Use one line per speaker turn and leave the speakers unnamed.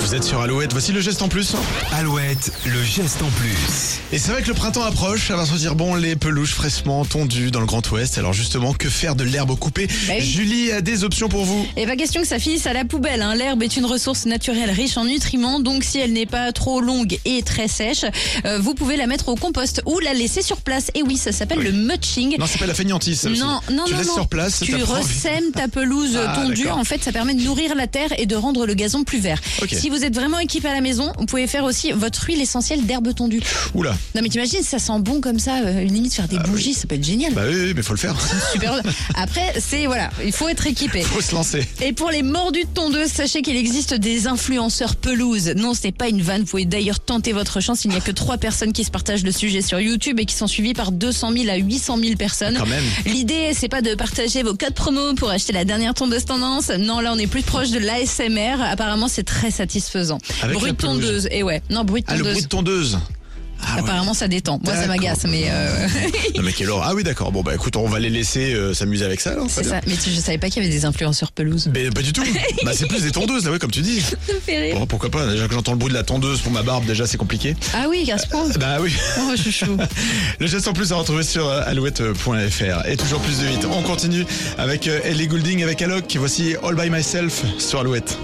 Vous êtes sur Alouette, voici le geste en plus.
Alouette, le geste en plus.
Et c'est vrai que le printemps approche, ça va sentir bon les pelouches fraîchement tondues dans le Grand Ouest. Alors justement, que faire de l'herbe coupée
Bah oui.
Julie a des options pour vous.
Et pas question que ça finisse à la poubelle. hein. L'herbe est une ressource naturelle riche en nutriments, donc si elle n'est pas trop longue et très sèche, euh, vous pouvez la mettre au compost ou la laisser sur place. Et oui, ça s'appelle le mulching.
Non, c'est pas la fainéantise, ça aussi.
non, non,
Tu
non,
laisses
non.
sur place,
tu
ça prend-
ressèmes ta pelouse
Ah,
tondue.
d'accord.
En fait, ça permet de nourrir la terre et de rendre le gazon plus vert.
Ok.
Si vous êtes vraiment équipé à la maison, vous pouvez faire aussi votre huile essentielle d'herbe tondue.
Oula,
Non, mais t'imagines, ça sent bon comme ça. euh, limite faire
Ah
des bougies, ça peut être génial.
bah oui, oui, mais faut le faire,
Super. Après, c'est voilà, il faut être équipé.
faut se lancer.
Et pour les mordus de tondeuse, sachez qu'il existe des influenceurs pelouse. Non, ce n'est pas une vanne. Vous pouvez d'ailleurs tenter votre chance. Il n'y a que trois personnes qui se partagent le sujet sur YouTube et qui sont suivies par 200 000 à 800 000 personnes.
Quand même.
L'idée, c'est pas de partager vos codes promo pour acheter la dernière tondeuse tendance. Non, là, on est plus proche de l'ASMR. Apparemment, c'est très satisfaisant.
Avec
bruit
la
de
pelouse.
tondeuse. Et ouais. Non, bruit de
Ah, le
tondeuse.
bruit de tondeuse. Ah, ouais.
Apparemment, ça détend. Moi, ça
D'accord.
m'agace, mais euh,
Non, mais quelle horreur. Ah oui, d'accord. Bon, bah écoute, on va les laisser euh, s'amuser avec ça, alors.
c'est ça. Mais tu, je savais pas qu'il y avait des influenceurs pelouse.
Mais pas du tout. bah, c'est plus des tondeuses, là, ouais, comme tu dis.
Ça me fait rire.
Bon, pourquoi pas. Déjà que j'entends le bruit de la tondeuse pour ma barbe, déjà, c'est compliqué.
Ah oui, à ce point.
Bah oui.
Oh, chouchou.
Le geste en plus à retrouver sur euh, alouette.fr. Et toujours plus de 8. On continue avec euh, Ellie Goulding, avec Alok. Voici All By Myself sur Alouette.